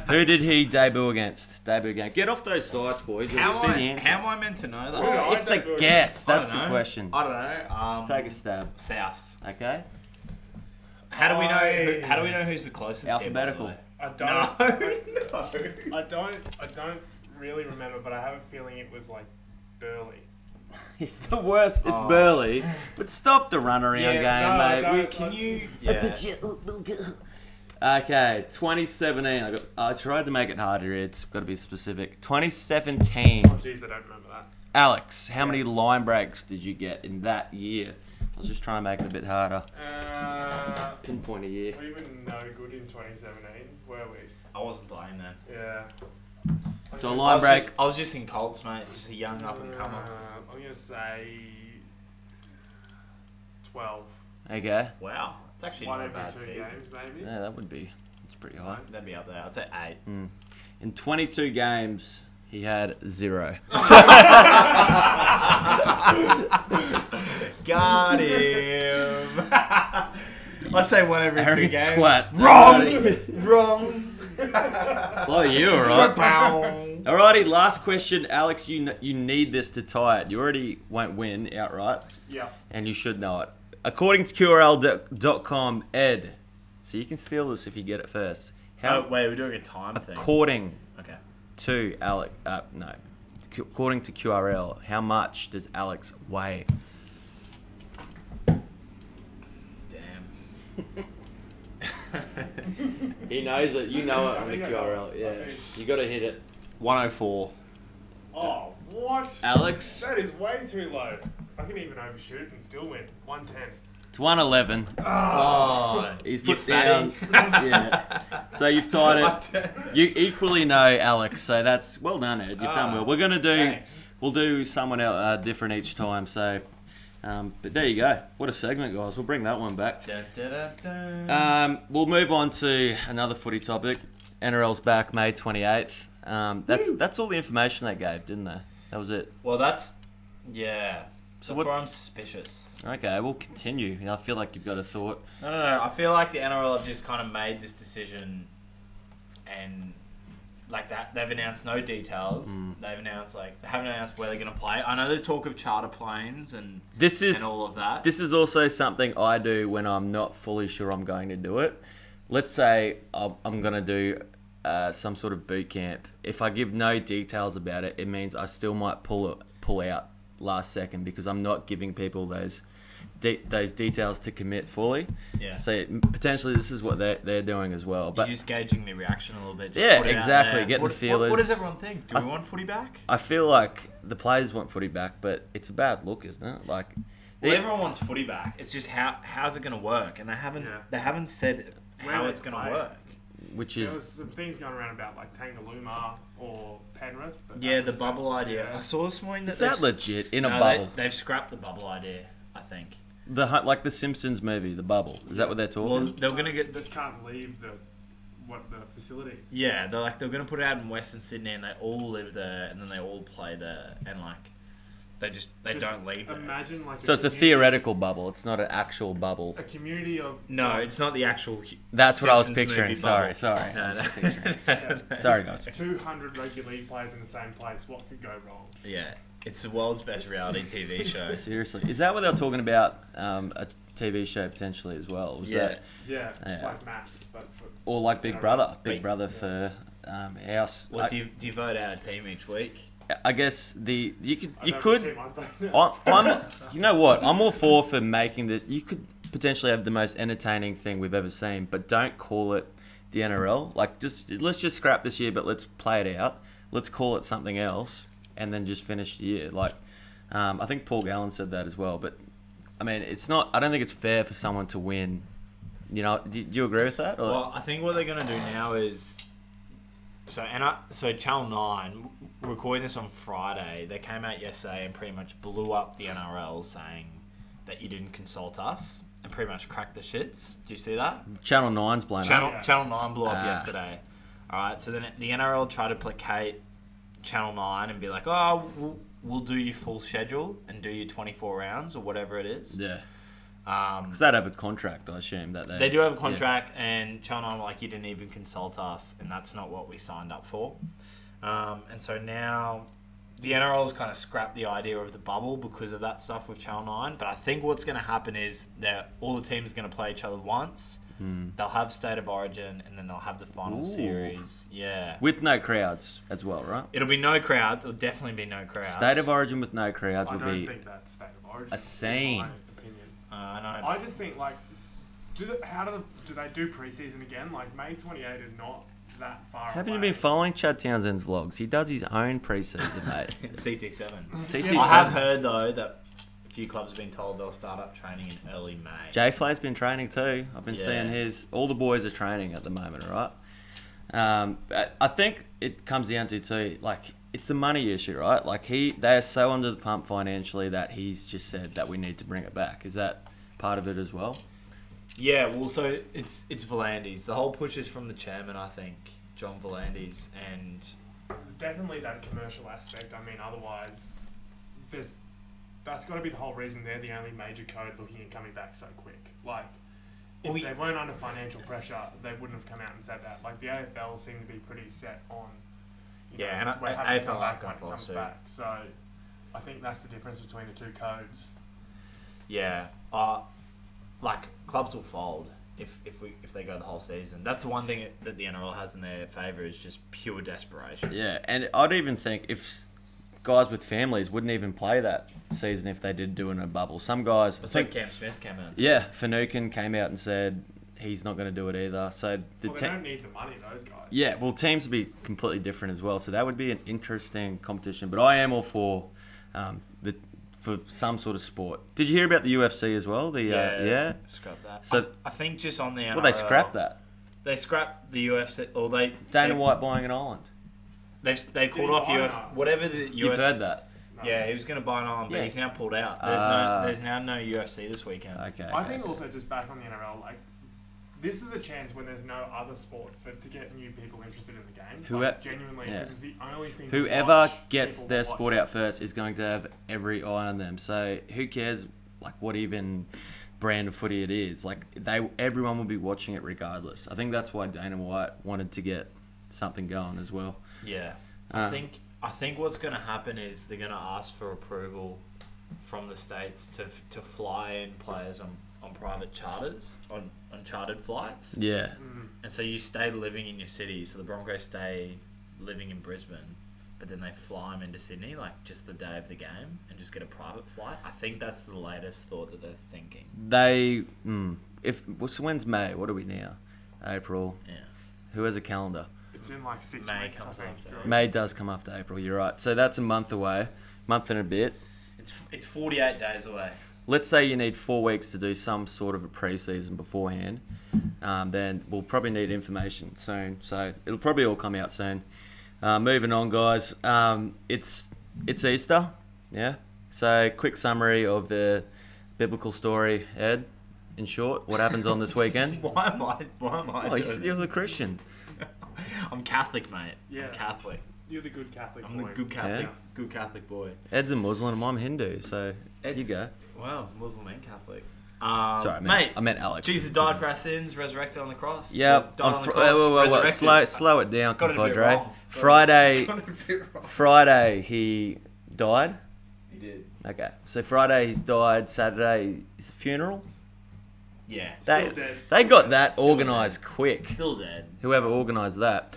Speaker 1: who did he debut against? Debut against. Get off those sites, boys. You'll
Speaker 3: how,
Speaker 1: see
Speaker 3: am
Speaker 1: the
Speaker 3: I,
Speaker 1: answer.
Speaker 3: how am I meant to know that?
Speaker 2: Well,
Speaker 1: it's a
Speaker 2: I don't-
Speaker 1: guess.
Speaker 3: I
Speaker 1: That's
Speaker 3: don't
Speaker 1: the
Speaker 3: know.
Speaker 1: question.
Speaker 3: I don't know. Um,
Speaker 1: Take a stab.
Speaker 3: Souths.
Speaker 1: Okay.
Speaker 3: How do we know?
Speaker 2: I-
Speaker 3: Who, how do we know who's the closest? here, by the
Speaker 1: Alphabetical.
Speaker 3: way?
Speaker 2: I don't.
Speaker 3: No,
Speaker 2: I,
Speaker 3: no.
Speaker 2: I don't. I don't really remember, but I have a feeling it was like Burley.
Speaker 1: It's the worst. It's
Speaker 3: Oh.
Speaker 1: Burley. But stop the run around
Speaker 2: Yeah, no, I
Speaker 1: game, mate.
Speaker 2: don't.
Speaker 3: Can you?
Speaker 1: We- okay, 2017. I, got, I tried to make it harder. It's got to be specific. 2017.
Speaker 2: Oh, jeez, I don't remember that.
Speaker 1: Alex, how many
Speaker 2: Yes.
Speaker 1: line breaks did you get in that year? I was just trying to make it a bit harder.
Speaker 2: Uh,
Speaker 1: Pinpoint a year.
Speaker 2: we were no good in 2017, were we?
Speaker 3: I wasn't playing then.
Speaker 2: Yeah.
Speaker 1: So a
Speaker 3: I
Speaker 1: line
Speaker 3: was,
Speaker 1: break.
Speaker 3: just, I was just in Colts, mate. Just a young up and comer.
Speaker 2: Um, I'm gonna say twelve.
Speaker 1: Okay.
Speaker 3: Wow, it's actually
Speaker 2: One
Speaker 3: not a
Speaker 2: every
Speaker 3: bad
Speaker 2: two
Speaker 3: season.
Speaker 2: games, maybe.
Speaker 1: Yeah, that would be. It's pretty high.
Speaker 3: That'd be up there. I'd say eight.
Speaker 1: In 22 games, he had zero. Mm.
Speaker 3: Got him. I'd say one every
Speaker 1: Harry
Speaker 3: two games.
Speaker 1: Twat.
Speaker 3: Wrong. Wrong.
Speaker 1: Slow you, alright.
Speaker 3: Bow.
Speaker 1: Alrighty, last question, Alex. You kn- you need this to tie it. You already won't win outright,
Speaker 2: Yeah.
Speaker 1: and you should know it. According to QRL.com, Ed. So you can steal this if you get it first. How?
Speaker 3: Oh wait, we're doing a time thing.
Speaker 1: according
Speaker 3: Okay.
Speaker 1: to Alex, uh, no. Q- According to QRL, how much does Alex weigh?
Speaker 3: Damn.
Speaker 1: He knows it. You know
Speaker 2: it on the QRL, yeah.
Speaker 1: You got to hit it. 104.
Speaker 2: Oh, what?
Speaker 1: Alex,
Speaker 2: That is way too low. I can even overshoot and still win. One ten.
Speaker 1: It's one eleven.
Speaker 3: Oh,
Speaker 1: He's
Speaker 3: you
Speaker 1: put down.
Speaker 3: fatty.
Speaker 1: yeah. So you've tied it. You equally know Alex, so that's well done, Ed. You've done
Speaker 3: Ah,
Speaker 1: well. We're gonna do.
Speaker 3: Thanks.
Speaker 1: We'll do someone else, uh, different each time. So, um, but there you go. What a segment, guys. We'll bring that one back.
Speaker 3: Dun, dun, dun, dun.
Speaker 1: Um, we'll move on to another footy topic. NRL's back May 28th. Um, that's that's all the information they gave, didn't they? That was it.
Speaker 3: well, that's yeah.
Speaker 1: So
Speaker 3: that's
Speaker 1: what-
Speaker 3: where I'm suspicious.
Speaker 1: Okay, we'll continue. I feel like you've got a thought.
Speaker 3: No, no, no. I feel like the NRL have just kind of made this decision, and like that, they've announced no details.
Speaker 1: Mm.
Speaker 3: They've announced like they haven't announced where they're going to play. I know there's talk of charter planes and
Speaker 1: This is
Speaker 3: and all of that.
Speaker 1: this is also something I do when I'm not fully sure I'm going to do it. Let's say I'm, I'm going to do uh, some sort of boot camp. If I give no details about it, it means I still might pull it, pull out last second because I'm not giving people those de- those details to commit fully.
Speaker 3: yeah.
Speaker 1: So m- potentially this is what they're, they're doing as well.
Speaker 3: You're
Speaker 1: But
Speaker 3: just gauging the reaction a little bit. Just
Speaker 1: Yeah,
Speaker 3: put it out
Speaker 1: exactly,
Speaker 3: there.
Speaker 1: getting
Speaker 3: what,
Speaker 1: the
Speaker 3: what-
Speaker 1: feelers.
Speaker 3: What, does everyone think? Do we want footy back?
Speaker 1: I feel like the players want footy back, but it's a bad look, isn't it? Like,
Speaker 3: Well,
Speaker 1: they-
Speaker 3: everyone wants footy back. It's just how how's it going to work? And they haven't
Speaker 2: Yeah.
Speaker 3: they haven't said
Speaker 2: Where
Speaker 3: how
Speaker 2: they
Speaker 3: it's going to
Speaker 2: play.
Speaker 3: work.
Speaker 1: which
Speaker 2: There
Speaker 1: is
Speaker 2: was some things going around about like Tangaluma or Penrith. but
Speaker 3: Yeah,
Speaker 2: that
Speaker 3: the
Speaker 2: was-
Speaker 3: bubble idea.
Speaker 2: yeah.
Speaker 3: I saw this morning that
Speaker 1: is that
Speaker 3: they've-
Speaker 1: legit in a
Speaker 3: no,
Speaker 1: bubble?
Speaker 3: They, they've scrapped the bubble idea. I think.
Speaker 1: The hu- like the Simpsons movie, The Bubble. Is that what they're talking?
Speaker 3: Well, they're going to
Speaker 2: They
Speaker 3: get
Speaker 2: just can't leave the what the facility.
Speaker 3: Yeah, they're like they're gonna put it out in Western Sydney, and they all live there, and then they all play there, and like they just they
Speaker 2: Just
Speaker 3: don't leave. There.
Speaker 2: Imagine like
Speaker 1: so it's a
Speaker 2: community-
Speaker 1: theoretical bubble. It's not an actual bubble.
Speaker 2: a community of
Speaker 3: No, it's not the actual. hu-
Speaker 1: That's what I was
Speaker 3: Simpsons
Speaker 1: picturing.
Speaker 3: movie
Speaker 1: Sorry,
Speaker 3: bubble.
Speaker 1: sorry.
Speaker 3: No,
Speaker 1: I was
Speaker 3: no.
Speaker 1: just picturing.
Speaker 2: Yeah.
Speaker 1: Sorry, guys.
Speaker 2: 200 regular league players in the same place. What could go wrong?
Speaker 3: Yeah, it's the world's best reality TV show.
Speaker 1: Seriously, is that what they're talking about? Um, a TV show potentially as well. Was
Speaker 3: yeah,
Speaker 1: that
Speaker 2: Yeah,
Speaker 1: Yeah.
Speaker 2: like maths, but for,
Speaker 1: or like Big Brother? Big
Speaker 3: Wait.
Speaker 1: Brother for um, house.
Speaker 3: what
Speaker 1: I,
Speaker 3: do you do? You vote out a team each week.
Speaker 1: I guess the you could
Speaker 2: I
Speaker 1: you
Speaker 2: don't
Speaker 1: could.
Speaker 2: keep my phone
Speaker 1: I,
Speaker 2: out.
Speaker 1: I'm, you know what? I'm all for for making this. You could potentially have the most entertaining thing we've ever seen, but don't call it the NRL. Like, just let's just scrap this year, but let's play it out. Let's call it something else, and then just finish the year. Like, um, I think Paul Gallen said that as well. But I mean, it's not. I don't think it's fair for someone to win. You know? Do, do you agree with that? Or?
Speaker 3: Well, I think what they're gonna do now is so and I, so Channel Nine we're recording this on Friday. They came out yesterday and pretty much blew up the NRL, saying that you didn't consult us and pretty much cracked the shits. Do you see that?
Speaker 1: Channel Nine's blame. it.
Speaker 3: Channel
Speaker 2: Yeah.
Speaker 3: Channel Nine blew up
Speaker 1: Mm-hmm. Ah.
Speaker 3: yesterday. All right, so then the NRL tried to placate Channel Nine and be like, "Oh, we'll, we'll do your full schedule and do your twenty-four rounds or whatever it is."
Speaker 1: Yeah.
Speaker 3: Um,
Speaker 1: Because they'd have a contract, I assume that they.
Speaker 3: they do have a contract, and Channel Nine were like, "You didn't even consult us, and that's not what we signed up for." Um, and so now, the NRL's kind of scrapped the idea of the bubble because of that stuff with Channel Nine. But I think what's going to happen is that all the teams are going to play each other once. They'll have State of Origin, and then they'll have the final
Speaker 1: Hmm. Ooh.
Speaker 3: series. Yeah,
Speaker 1: with no crowds as well, right?
Speaker 3: it'll be no crowds. It'll definitely be no crowds.
Speaker 1: State of origin with no crowds
Speaker 2: I
Speaker 1: would
Speaker 2: don't
Speaker 1: be
Speaker 2: think that's state of origin.
Speaker 1: a
Speaker 2: in
Speaker 1: scene.
Speaker 2: my opinion.
Speaker 3: Uh, I know.
Speaker 2: I just think like, do the, how do the, do they do preseason again? Like May 28 is not that far.
Speaker 1: Haven't
Speaker 2: away.
Speaker 1: you been following Chad Townsend's vlogs? He does his own preseason, mate.
Speaker 3: CT seven.
Speaker 1: CT
Speaker 2: Yeah,
Speaker 3: I have
Speaker 1: seven.
Speaker 3: heard though that a few clubs have been told they'll start up training in early May.
Speaker 1: Jay Flay's been training too. I've been
Speaker 3: Yeah.
Speaker 1: seeing his. All the boys are training at the moment, right? Um, I- I think it comes down to too, like it's a money issue, right? Like he, they are so under the pump financially that he's just said that we need to bring it back. Is that part of it as well?
Speaker 3: Yeah, well, so it's it's Volandis. The whole push is from the chairman, I think, John Volandis, and
Speaker 2: There's definitely that commercial aspect. I mean, otherwise, there's that's got to be the whole reason they're the only major code looking at coming back so quick. Like, if
Speaker 3: We-
Speaker 2: they weren't under financial pressure, they wouldn't have come out and said that. Like the AFL seemed to be pretty set on. You
Speaker 3: Yeah,
Speaker 2: know,
Speaker 3: and I-
Speaker 2: we're
Speaker 3: I-
Speaker 2: having to
Speaker 3: AFL
Speaker 2: come back
Speaker 3: like
Speaker 2: when it
Speaker 3: that
Speaker 2: comes
Speaker 3: too.
Speaker 2: back. So, I think that's the difference between the two codes.
Speaker 3: yeah, uh, like clubs will fold if if we if they go the whole season. That's the one thing that the NRL has in their favour is just pure desperation.
Speaker 1: Yeah, and I'd even think if guys with families wouldn't even play that season if they did do it in a bubble. Some guys, I
Speaker 3: It's like
Speaker 1: think,
Speaker 3: Cam Smith came out. and said-
Speaker 1: yeah, Finucane came out and said he's not going to do it either. So the
Speaker 2: Well, they
Speaker 1: te-
Speaker 2: don't need the money, those guys.
Speaker 1: yeah, well, teams would be completely different as well. So that would be an interesting competition. But I am all for um, the for some sort of sport. Did you hear about the UFC as well? The uh, yeah.
Speaker 3: s- Scrap that.
Speaker 1: So-
Speaker 3: So I, I think just on the NRL,
Speaker 1: Well,
Speaker 2: uh,
Speaker 1: they scrapped that.
Speaker 3: They scrapped the UFC, or they
Speaker 1: Dana
Speaker 3: they,
Speaker 1: White buying an island.
Speaker 3: They've they called
Speaker 2: he
Speaker 3: off
Speaker 2: buy an
Speaker 3: UFC.
Speaker 2: island?
Speaker 3: Whatever the UFC.
Speaker 1: You've heard that.
Speaker 2: No.
Speaker 3: Yeah, he was going to buy an island, but
Speaker 1: Yeah.
Speaker 3: he's now pulled out. There's
Speaker 1: Ah.
Speaker 3: no, there's now no UFC this weekend.
Speaker 1: Okay.
Speaker 2: I
Speaker 1: okay.
Speaker 2: think also just back on the NRL, like this is a chance when there's no other sport for to get new people interested in the game.
Speaker 1: Who- e-,
Speaker 2: like, genuinely,
Speaker 1: yeah.
Speaker 2: this is the only thing. to
Speaker 1: Whoever
Speaker 2: watch,
Speaker 1: gets
Speaker 2: people
Speaker 1: their
Speaker 2: watch.
Speaker 1: sport out first is going to have every eye on them. So who cares, like what even brand of footy it is? Like they, everyone will be watching it regardless. I think that's why Dana White wanted to get something going as well.
Speaker 3: Yeah,
Speaker 1: Uh,
Speaker 3: I think I think what's going to happen is they're going to ask for approval from the states to to fly in players on, on private charters on on chartered flights,
Speaker 1: Yeah.
Speaker 2: Mm.
Speaker 3: and so you stay living in your city. So the Broncos stay living in Brisbane. But then they fly them into Sydney, like just the day of the game, and just get a private flight. I think that's the latest thought that they're thinking.
Speaker 1: They. Mm, if so when's May? What are we now? April.
Speaker 3: Yeah.
Speaker 1: Who has a calendar?
Speaker 2: It's in like six
Speaker 3: May
Speaker 2: weeks. I
Speaker 3: comes
Speaker 2: think.
Speaker 3: after.
Speaker 2: Drew.
Speaker 1: May does come after April. You're right. So that's a month away, month and a bit.
Speaker 3: It's it's 48 days away.
Speaker 1: let's say you need four weeks to do some sort of a preseason beforehand, um, then we'll probably need information soon. So it'll probably all come out soon. Uh, moving on, guys. Um, it's it's Easter, yeah. So quick summary of the biblical story, Ed. In short, what happens on this weekend?
Speaker 3: Why am I? Why am I?
Speaker 1: Oh,
Speaker 3: doing
Speaker 1: you- you're the Christian.
Speaker 3: I'm Catholic, mate.
Speaker 2: Yeah.
Speaker 3: I'm Catholic.
Speaker 2: You're the good Catholic.
Speaker 3: I'm the
Speaker 2: boy.
Speaker 3: good Catholic,
Speaker 1: Yeah.
Speaker 3: good Catholic boy.
Speaker 1: Ed's a Muslim and I'm Hindu, so there you
Speaker 3: Ed's-
Speaker 1: go.
Speaker 3: Wow, Muslim and Catholic. Um,
Speaker 1: Sorry, I meant,
Speaker 3: mate.
Speaker 1: I meant Alex.
Speaker 3: Jesus died for our sins, resurrected on the cross.
Speaker 1: Yep.
Speaker 3: died
Speaker 1: On
Speaker 3: on,
Speaker 1: fr-
Speaker 3: the cross.
Speaker 1: whoa, whoa, whoa, whoa.
Speaker 3: resurrected.
Speaker 1: Slow, slow it down,
Speaker 3: Got it a bit
Speaker 1: compadre.
Speaker 3: wrong. Got it-
Speaker 1: Friday,
Speaker 3: Got it a bit wrong.
Speaker 1: Friday he died.
Speaker 3: He did.
Speaker 1: Okay, so Friday he's died. Saturday his funeral.
Speaker 3: Yeah.
Speaker 1: They,
Speaker 2: dead.
Speaker 1: they got that
Speaker 3: Still
Speaker 1: organised quick.
Speaker 3: Still dead.
Speaker 1: Whoever organised that.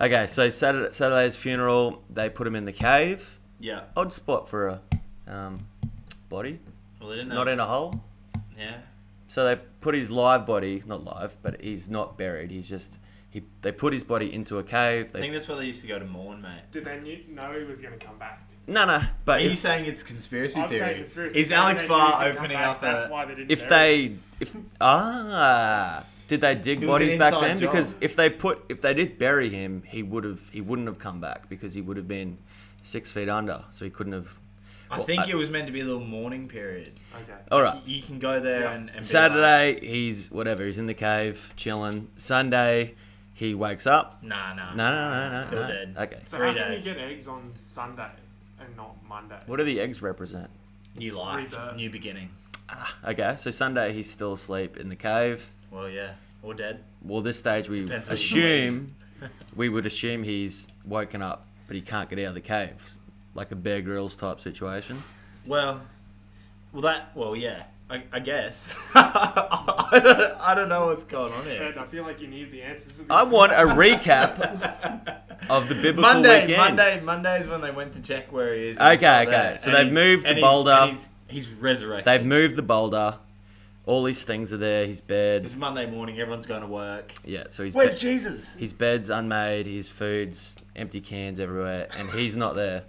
Speaker 1: Okay, so Saturday, Saturday's funeral. They put him in the cave.
Speaker 3: Yeah.
Speaker 1: Odd spot for a um, body,
Speaker 3: Well, they didn't.
Speaker 1: not
Speaker 3: have,
Speaker 1: in a hole.
Speaker 3: Yeah.
Speaker 1: So they put his live body, not live, but he's not buried. He's just he. They put his body into a cave.
Speaker 3: I
Speaker 1: They,
Speaker 3: think that's where they used to go to mourn, mate.
Speaker 2: Did they knew, know he was going to come back?
Speaker 1: no, no. But
Speaker 3: Are you
Speaker 1: if,
Speaker 3: saying it's conspiracy
Speaker 2: I'm
Speaker 3: theory?
Speaker 2: saying conspiracy.
Speaker 3: Is
Speaker 2: They
Speaker 3: Alex
Speaker 2: knew he was
Speaker 3: Barr
Speaker 2: gonna come
Speaker 3: opening
Speaker 2: back,
Speaker 3: up
Speaker 2: That's
Speaker 3: a?
Speaker 2: why they didn't.
Speaker 1: if
Speaker 2: bury him.
Speaker 1: they if ah did they dig
Speaker 3: It was
Speaker 1: bodies
Speaker 3: an
Speaker 1: back
Speaker 3: inside
Speaker 1: then
Speaker 3: job.
Speaker 1: because if they put if they did bury him he would have he wouldn't have come back because he would have been six feet under so he couldn't have
Speaker 3: I
Speaker 1: Well,
Speaker 3: think
Speaker 1: I-
Speaker 3: it was meant to be a little mourning period.
Speaker 2: okay.
Speaker 1: all right
Speaker 3: You can go there
Speaker 2: Yeah.
Speaker 3: and, and be like,
Speaker 1: saturday he's whatever he's in the cave chilling sunday he wakes up
Speaker 3: nah, nah,
Speaker 1: no no no no, no
Speaker 3: still dead.
Speaker 1: okay
Speaker 2: So
Speaker 3: Three
Speaker 2: how can you
Speaker 3: days.
Speaker 2: get eggs on Sunday and not Monday?
Speaker 1: what do the eggs represent
Speaker 3: New life,
Speaker 2: Rebirth.
Speaker 3: new beginning.
Speaker 1: okay so sunday he's still asleep in the cave
Speaker 3: Well, yeah, or dead.
Speaker 1: well this stage we
Speaker 3: Depends what you
Speaker 1: assume we would assume he's woken up but he can't get out of the cave like a bear grills type situation
Speaker 3: Well, well, that, well, yeah, I, I guess. I, don't, I don't know what's going on here.
Speaker 2: Ed, I feel like you need the answers. To this
Speaker 1: i want a recap of the biblical
Speaker 3: Monday,
Speaker 1: weekend
Speaker 3: Monday, Monday's when they went to check where he is.
Speaker 1: Okay,
Speaker 3: and he's not
Speaker 1: okay.
Speaker 3: there.
Speaker 1: So
Speaker 3: And
Speaker 1: they've
Speaker 3: he's-
Speaker 1: moved
Speaker 3: and
Speaker 1: the
Speaker 3: he's-
Speaker 1: boulder.
Speaker 3: and He's, he's resurrected.
Speaker 1: they've moved the boulder all his things are there his bed
Speaker 3: It's Monday morning. Everyone's going to work.
Speaker 1: yeah so his,
Speaker 3: Where's
Speaker 1: bed-
Speaker 3: Jesus?
Speaker 1: his bed's unmade his food's empty cans everywhere and he's not there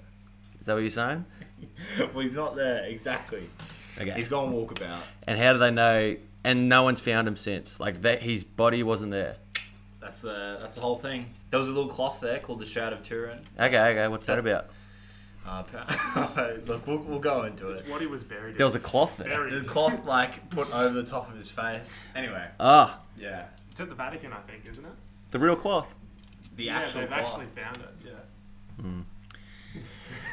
Speaker 1: is that what you're saying
Speaker 3: well, he's not there exactly.
Speaker 1: okay
Speaker 3: He's gone walkabout.
Speaker 1: and how do they know and no one's found him since like that his body wasn't there
Speaker 3: That's the that's the whole thing. There was a little cloth there called the Shroud of Turin.
Speaker 1: okay okay what's that about
Speaker 3: Uh, pa- look, we'll, we'll go into it.
Speaker 2: It's what he was buried.
Speaker 1: there
Speaker 2: in.
Speaker 1: was a cloth there
Speaker 2: buried.
Speaker 3: The cloth like put over the top of his face. Anyway,
Speaker 1: ah
Speaker 3: yeah,
Speaker 2: It's at the Vatican, I think, isn't it?
Speaker 1: The real cloth.
Speaker 3: the
Speaker 2: Yeah,
Speaker 3: actual
Speaker 2: they've
Speaker 3: cloth.
Speaker 2: actually found it. Yeah.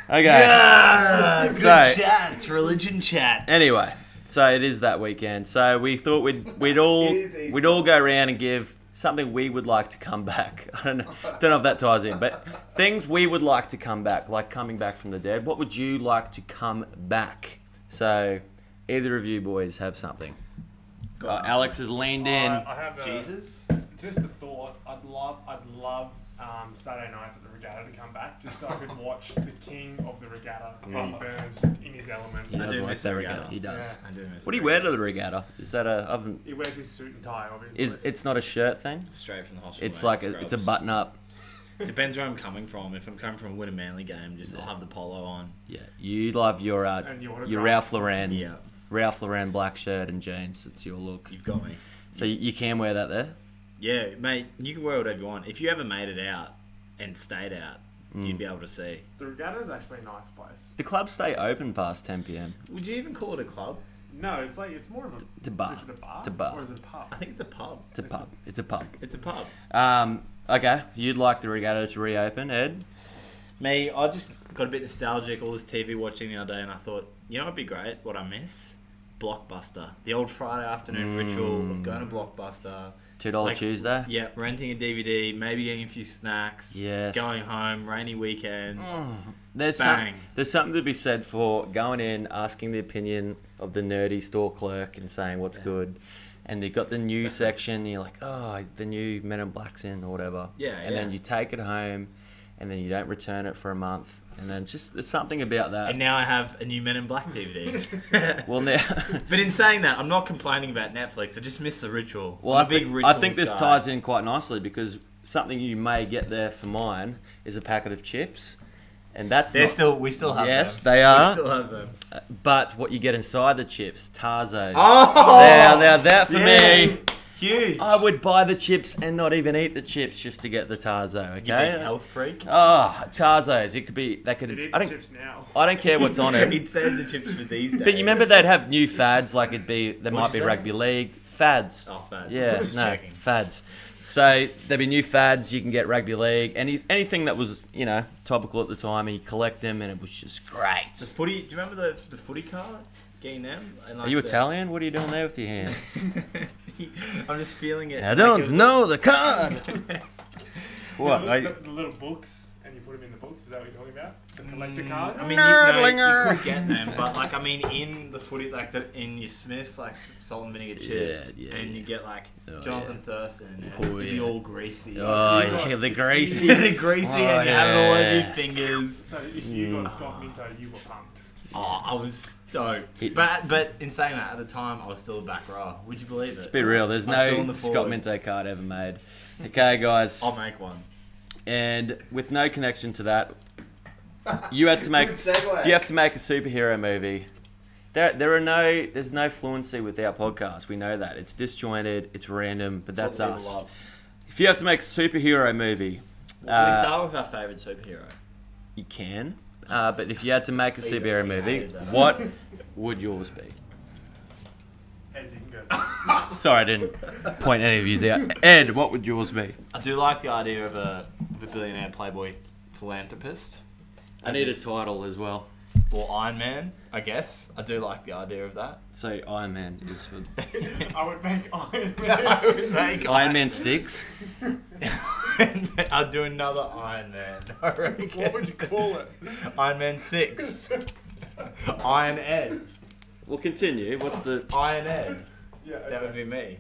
Speaker 1: Okay.
Speaker 3: Yeah, good
Speaker 1: So-
Speaker 3: chat. It's religion chat.
Speaker 1: Anyway, so it is that weekend. So we thought we'd we'd all
Speaker 3: It is Easter.
Speaker 1: we'd all go around and give something we would like to come back. I don't know, don't know if that ties in, but things we would like to come back, like coming back from the dead. What would you like to come back? So either of you boys have something. Uh, Alex has leaned in.
Speaker 2: I, I have a,
Speaker 3: Jesus.
Speaker 2: Just a thought. I'd love, I'd love um, Saturday nights at the regatta to come back, just so I could watch the king of the regatta,
Speaker 1: Mm.
Speaker 2: Eddie Burns, just in his element.
Speaker 1: he
Speaker 3: I
Speaker 1: does
Speaker 3: do
Speaker 1: like
Speaker 3: miss the
Speaker 1: that regatta.
Speaker 3: regatta.
Speaker 1: He does.
Speaker 2: Yeah.
Speaker 3: I do miss
Speaker 1: What do you
Speaker 3: it.
Speaker 1: wear to the regatta? Is that a I haven't-
Speaker 2: He wears his suit and tie, obviously.
Speaker 1: is it's not a shirt thing?
Speaker 3: Straight from the hospital.
Speaker 1: It's
Speaker 3: mate,
Speaker 1: like a, it's a
Speaker 3: scrubs.
Speaker 1: button up.
Speaker 3: Depends where I'm coming from. If I'm coming from a win a manly game, just I'll have the polo on.
Speaker 1: Yeah, you love your uh,
Speaker 2: And the
Speaker 1: your
Speaker 2: autograph.
Speaker 1: Ralph Lauren,
Speaker 3: Yeah.
Speaker 1: Ralph Lauren black shirt and jeans. It's your look.
Speaker 3: You've got me.
Speaker 1: So you, you can wear that there.
Speaker 3: Yeah, mate, you can wear whatever you want. If you ever made it out and stayed out,
Speaker 1: Mm.
Speaker 3: you'd be able to see.
Speaker 2: The Regatta's actually a nice place.
Speaker 1: The clubs stay open past 10 p.m.
Speaker 3: Would you even call it a club?
Speaker 2: No, it's like it's more of a.
Speaker 1: It's a bar.
Speaker 2: Is it a bar?
Speaker 1: It's a bar.
Speaker 2: Or is it a pub?
Speaker 3: I think it's a pub.
Speaker 1: It's a pub. It's a pub.
Speaker 3: It's a pub.
Speaker 1: Um, okay, you'd like the regatta to reopen, Ed?
Speaker 3: Me, I just got a bit nostalgic. All this TV watching the other day, and I thought, you know, it'd be great. What I miss, Blockbuster, the old Friday afternoon
Speaker 1: Mm.
Speaker 3: ritual of going to Blockbuster.
Speaker 1: Two dollar
Speaker 3: Like-
Speaker 1: Tuesday.
Speaker 3: Yeah, renting a DVD, maybe getting a few snacks.
Speaker 1: Yes. Mm.
Speaker 3: Going home, rainy weekend.
Speaker 1: There's
Speaker 3: Bang.
Speaker 1: Some, there's something to be said for going in, asking the opinion of the nerdy store clerk and saying what's good. And they've got the new section, and you're like, oh, the new Men in Black's in or whatever.
Speaker 3: Yeah,
Speaker 1: And then
Speaker 3: yeah.
Speaker 1: you take it home, and then you don't return it for a month. And then just there's something about that.
Speaker 3: And now I have a new Men in Black DVD.
Speaker 1: well, now,
Speaker 3: but in saying that, I'm not complaining about Netflix. I just miss the ritual.
Speaker 1: well,
Speaker 3: i
Speaker 1: I think, I think this ties in quite nicely because something you may get there for mine is a packet of chips, and that's
Speaker 3: They're
Speaker 1: not-
Speaker 3: still, we still have
Speaker 1: Yes,
Speaker 3: them.
Speaker 1: they are.
Speaker 3: We still have them.
Speaker 1: But what you get inside the chips, Tarzos.
Speaker 3: Oh,
Speaker 1: Now, now that for me,
Speaker 3: huge.
Speaker 1: I would buy the chips and not even eat the chips just to get the Tarzo.
Speaker 3: You big
Speaker 1: Okay.
Speaker 3: health freak.
Speaker 1: Oh, Tarzos. It could be that could.
Speaker 2: It eat
Speaker 1: I
Speaker 2: the
Speaker 1: don't.
Speaker 2: chips now.
Speaker 1: I don't care what's on
Speaker 3: He'd
Speaker 1: it.
Speaker 3: save the chips for these days.
Speaker 1: But you remember they'd have new fads like it'd be there might
Speaker 3: What'd
Speaker 1: be
Speaker 3: you say?
Speaker 1: rugby league fads.
Speaker 3: Oh, fads.
Speaker 1: Yeah,
Speaker 3: Just
Speaker 1: no
Speaker 3: checking.
Speaker 1: fads. So there'd be new fads. You can get rugby league. Any anything that was you know topical at the time, and you collect them, and it was just great.
Speaker 3: The footy. Do you remember the the footy cards? Getting them. And
Speaker 1: Are
Speaker 3: like
Speaker 1: you
Speaker 3: the-
Speaker 1: Italian? What are you doing there with your hand?
Speaker 3: I'm just feeling it.
Speaker 1: I
Speaker 3: Like, it
Speaker 1: don't
Speaker 3: was-
Speaker 1: know the card. what?
Speaker 2: The,
Speaker 1: I,
Speaker 2: the, the little books, and you put them in the books. Is that what you're talking about? The collector
Speaker 1: Mm,
Speaker 2: cards.
Speaker 3: I mean, you, no, you
Speaker 1: Nerdlinger.
Speaker 3: could get them, but like, I mean, in the footy, like the, in your Smiths, like s- salt and vinegar chips,
Speaker 1: yeah,
Speaker 3: and you
Speaker 1: yeah.
Speaker 3: get like
Speaker 1: Oh,
Speaker 3: Jonathan Thurston,
Speaker 1: Oh,
Speaker 3: and it'd be
Speaker 1: yeah.
Speaker 3: all greasy.
Speaker 1: oh,
Speaker 2: you got-
Speaker 1: yeah, the
Speaker 3: greasy,
Speaker 1: greasy.
Speaker 3: the greasy,
Speaker 1: Oh,
Speaker 3: and you have it all over
Speaker 1: yeah.
Speaker 3: your fingers.
Speaker 2: So if you got Scott Minto, you were pumped.
Speaker 3: Oh, I was stoked.
Speaker 1: It-
Speaker 3: but but in saying that, at the time, I was still a back row. Would you believe it?
Speaker 1: Let's be real. There's
Speaker 3: I'm still
Speaker 1: no
Speaker 3: in the
Speaker 1: Scott
Speaker 3: forwards.
Speaker 1: Minto card ever made. Okay, guys.
Speaker 3: I'll make one.
Speaker 1: And with no connection to that, you had to make. If you have to make a superhero movie, there there are no there's no fluency with our podcast. We know that it's disjointed, it's random, but that's
Speaker 3: What we
Speaker 1: us.
Speaker 3: love.
Speaker 1: If you have to make a superhero movie,
Speaker 3: Well, can
Speaker 1: uh,
Speaker 3: we start with our favorite superhero?
Speaker 1: you can. Uh, but if you had to make a
Speaker 3: Please don't
Speaker 1: superhero
Speaker 3: be
Speaker 1: movie,
Speaker 3: hated, though.
Speaker 1: what would yours be?
Speaker 2: Ed, you can go. first.
Speaker 1: Sorry, I didn't point any of you out. Ed, what would yours be?
Speaker 3: I do like the idea of a, of a billionaire playboy philanthropist.
Speaker 1: I need a title as well.
Speaker 3: Or Iron Man, I guess. I do like the idea of that.
Speaker 1: So Iron Man is for
Speaker 2: I would make Iron
Speaker 3: I
Speaker 2: Man.
Speaker 3: would make
Speaker 1: Iron Man Six.
Speaker 3: I'd do another Iron Man. I reckon.
Speaker 2: What would you call it?
Speaker 3: Iron Man 6. Iron Ed.
Speaker 1: We'll continue. What's the?
Speaker 3: Iron Ed.
Speaker 2: Yeah, okay.
Speaker 3: That would be me.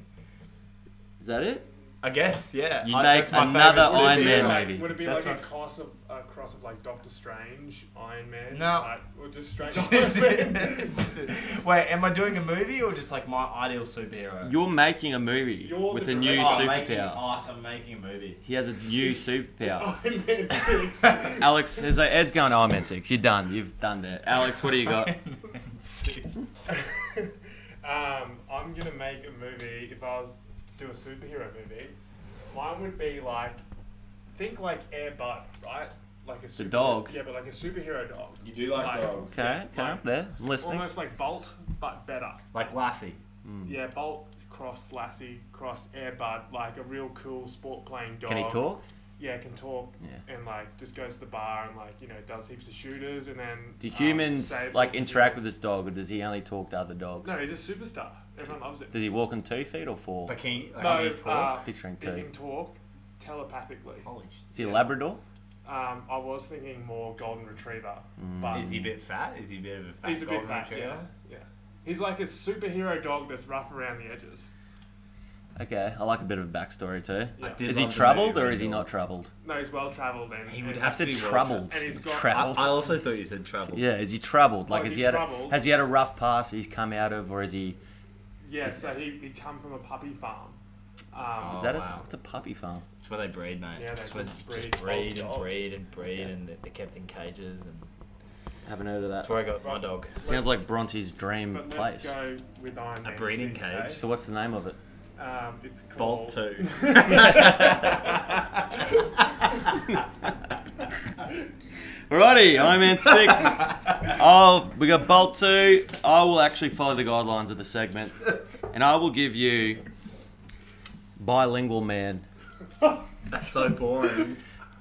Speaker 1: Is that it?
Speaker 3: I guess, yeah.
Speaker 1: You'd
Speaker 3: I-
Speaker 1: make
Speaker 3: that's my
Speaker 1: another
Speaker 3: favourite
Speaker 1: Iron
Speaker 2: Would it be
Speaker 1: Man
Speaker 3: superhero.
Speaker 2: like-
Speaker 1: maybe.
Speaker 2: Would it be
Speaker 3: That's
Speaker 2: like a
Speaker 3: my f-
Speaker 2: cross of a cross of like Doctor Strange, Iron Man?
Speaker 3: No.
Speaker 2: type, or just straight
Speaker 3: Just-
Speaker 2: Iron Man?
Speaker 3: just- Wait, am I doing a movie or just like my ideal superhero?
Speaker 1: You're making a movie
Speaker 2: You're
Speaker 1: with
Speaker 2: the
Speaker 1: a new
Speaker 2: director.
Speaker 3: oh, I'm
Speaker 1: superpower.
Speaker 3: making, oh, so I'm making a movie.
Speaker 1: He has a new superpower.
Speaker 2: Iron Man six.
Speaker 1: Alex, is like, Ed's going Iron Man Six. You're done. You've done that. Alex, what do you got?
Speaker 3: Iron Man 6.
Speaker 2: um, I'm gonna make a movie. If I was to do a superhero movie, mine would be like, think like Air Bud, right? Like a super,
Speaker 1: dog.
Speaker 2: Yeah, but like a superhero dog.
Speaker 3: You do like
Speaker 2: Like-
Speaker 3: dogs.
Speaker 1: Okay, okay, I'm there. I'm listening.
Speaker 2: Almost like Bolt, but better.
Speaker 3: Like Lassie.
Speaker 1: Hmm.
Speaker 2: Yeah, Bolt cross Lassie cross Air Bud, like a real cool sport playing dog.
Speaker 1: Can he talk?
Speaker 2: Yeah, can talk.
Speaker 1: Yeah.
Speaker 2: And like just goes to the bar and like you know does heaps of shooters and then.
Speaker 1: Do
Speaker 2: um,
Speaker 1: humans
Speaker 2: saves all
Speaker 1: like
Speaker 2: the
Speaker 1: interact with
Speaker 2: humans.
Speaker 1: this dog, or does he only talk to other dogs?
Speaker 2: No, he's a superstar. Everyone loves it.
Speaker 1: Does he walk on two feet or four?
Speaker 3: But can you, like,
Speaker 2: no,
Speaker 3: can you talk?
Speaker 2: Uh,
Speaker 1: Picturing
Speaker 2: He
Speaker 1: two.
Speaker 2: can talk telepathically.
Speaker 3: Holy shit.
Speaker 1: Is he a Labrador?
Speaker 2: Um, I was thinking more golden retriever,
Speaker 1: Hmm.
Speaker 2: but
Speaker 3: Is he a bit fat? Is he a bit of a fat
Speaker 2: he's a bit
Speaker 3: golden
Speaker 2: fat. Yeah,
Speaker 3: retriever?
Speaker 2: yeah. He's like a superhero dog that's rough around the edges.
Speaker 1: Okay, I like a bit of backstory too.
Speaker 2: Yeah.
Speaker 3: I did
Speaker 1: Is he
Speaker 3: love the
Speaker 1: troubled
Speaker 3: movie
Speaker 1: or is he
Speaker 3: Wendell.
Speaker 1: not troubled?
Speaker 2: No, he's well travelled and
Speaker 3: He would
Speaker 2: and-
Speaker 1: I
Speaker 3: have-
Speaker 1: said
Speaker 3: to be well
Speaker 1: troubled.
Speaker 3: troubled.
Speaker 2: And he's got-
Speaker 1: Troubled.
Speaker 3: I, I also thought you said trouble.
Speaker 1: yeah, is he troubled? Like,
Speaker 2: Oh, is
Speaker 1: has
Speaker 2: he
Speaker 1: he had a,
Speaker 2: troubled?
Speaker 1: has he had a rough pass he's come out of, or is he?
Speaker 2: yeah. So he he come from a puppy farm, Um,
Speaker 1: Is
Speaker 3: Oh,
Speaker 1: that
Speaker 3: wow.
Speaker 1: a, it's a puppy farm?
Speaker 3: It's where they breed, mate.
Speaker 2: Yeah, they
Speaker 3: it's where
Speaker 2: just
Speaker 3: they
Speaker 2: breed
Speaker 3: just breed and
Speaker 2: dogs.
Speaker 3: breed and breed,
Speaker 1: Yeah.
Speaker 3: and they're kept in cages. And
Speaker 1: Haven't heard of
Speaker 3: that's
Speaker 1: that.
Speaker 3: where I got my dog.
Speaker 1: Sounds like Bronte's dream
Speaker 2: but let's
Speaker 1: place.
Speaker 2: go with Iron Man
Speaker 3: Oh, breeding
Speaker 2: six, eh?
Speaker 3: cage.
Speaker 1: So what's the name of it?
Speaker 2: Um, it's called
Speaker 3: Bolt two.
Speaker 1: Alrighty, I'm in six. I'll, we got Bolt 2. I will actually follow the guidelines of the segment. And I will give you bilingual man.
Speaker 3: That's so boring.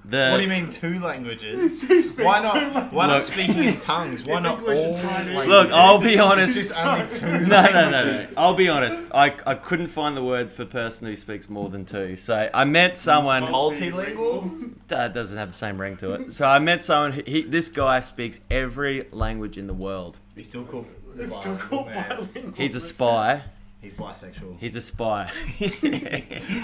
Speaker 1: The,
Speaker 3: what do you mean two languages?
Speaker 2: He speaks
Speaker 3: Why
Speaker 2: too much.
Speaker 3: not? Why
Speaker 1: Look.
Speaker 3: not speak his tongues? Why
Speaker 2: It's
Speaker 3: not
Speaker 2: English and
Speaker 3: all
Speaker 2: Chinese.
Speaker 3: languages?
Speaker 1: Look, I'll be
Speaker 3: It's
Speaker 1: honest.
Speaker 3: just only two.
Speaker 1: No, no, no, no. I'll be honest. I, I couldn't find the word for person who speaks more than two. So I met someone.
Speaker 3: Multilingual.
Speaker 1: uh, doesn't have the same ring to it. So I met someone. Who, he, this guy speaks every language in the world.
Speaker 3: He's still called.
Speaker 2: It's still called
Speaker 3: man.
Speaker 2: bilingual.
Speaker 1: He's a spy.
Speaker 3: He's bisexual.
Speaker 1: He's a spy.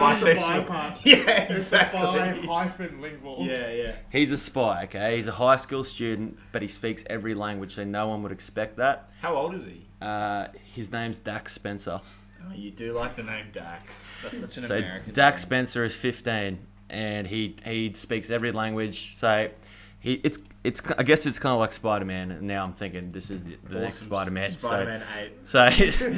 Speaker 2: It's a bi part.
Speaker 3: Yeah,
Speaker 2: It's a bi
Speaker 3: exactly.
Speaker 2: hyphen lingual.
Speaker 3: Yeah, yeah.
Speaker 1: He's a spy. Okay. He's a high school student, but he speaks every language, so no one would expect that.
Speaker 3: How old is he?
Speaker 1: Uh, his name's Dax Spencer.
Speaker 3: Oh, you do like the name Dax. That's such an
Speaker 1: So
Speaker 3: American.
Speaker 1: Dax
Speaker 3: name.
Speaker 1: Spencer is 15, and he he speaks every language. So he it's it's I guess it's kind of like Spider Man. And now I'm thinking this is the, the next
Speaker 3: Awesome.
Speaker 1: Spider Man.
Speaker 3: Spider-Man Eight.
Speaker 1: So, so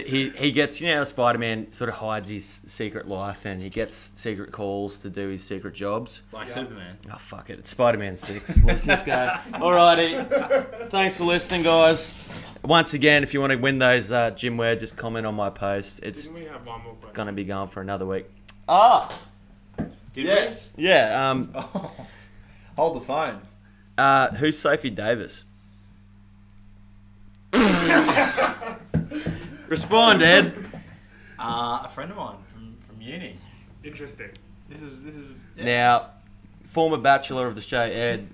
Speaker 1: he he gets you know Spider Man sort of hides his secret life, and he gets secret calls to do his secret jobs.
Speaker 3: Like
Speaker 2: Yeah.
Speaker 3: Superman.
Speaker 1: Oh fuck it, it's Spider Man Six. Let's just go. Alrighty, thanks for listening, guys. Once again, if you want to win those uh, gym wear, just comment on my post. It's
Speaker 2: Didn't we have one more question?
Speaker 1: gonna be gone for another week. Ah.
Speaker 3: Did
Speaker 1: Yeah. Um.
Speaker 3: we? Hold the phone.
Speaker 1: Uh. Who's Sophie Davis? Respond, Ed.
Speaker 3: Uh, a friend of mine from, from uni.
Speaker 2: Interesting.
Speaker 3: This is this is. yeah.
Speaker 1: Now, former bachelor of the show, Ed.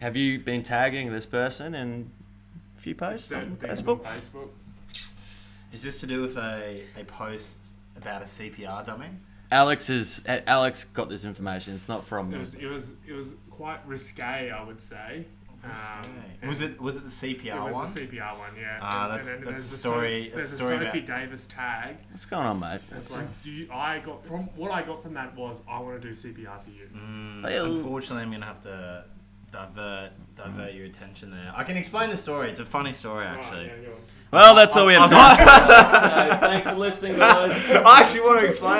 Speaker 1: Have you been tagging this person in a few posts on
Speaker 2: Certain things
Speaker 1: Facebook?
Speaker 2: On Facebook.
Speaker 3: Is this to do with a, a post about a CPR dummy?
Speaker 2: Um,
Speaker 1: Alex is uh, Alex got this information. It's not from
Speaker 2: It was it was it was quite risque, I would say.
Speaker 3: Okay.
Speaker 2: and
Speaker 3: was it was it the
Speaker 2: It
Speaker 3: CPR
Speaker 2: was
Speaker 3: one?
Speaker 2: the CPR one, yeah.
Speaker 3: Ah,
Speaker 2: And-
Speaker 3: that's-
Speaker 2: and then
Speaker 3: that's
Speaker 2: there's
Speaker 3: a story-
Speaker 2: Sophie- There's
Speaker 3: that's a story
Speaker 2: a Sophie
Speaker 3: about-
Speaker 2: Davis tag.
Speaker 1: What's going on, mate?
Speaker 2: It's like, do you, I got from what I got from that was I want to do CPR to you.
Speaker 3: Mm,
Speaker 1: Well-
Speaker 3: unfortunately, I'm gonna have to divert divert your attention there. I can explain the story. It's a funny story
Speaker 2: Right,
Speaker 3: actually.
Speaker 2: yeah, you're-
Speaker 1: Well, that's all we have
Speaker 3: I'm-
Speaker 1: time. for. so, thanks for listening, guys.
Speaker 3: I actually want to explain.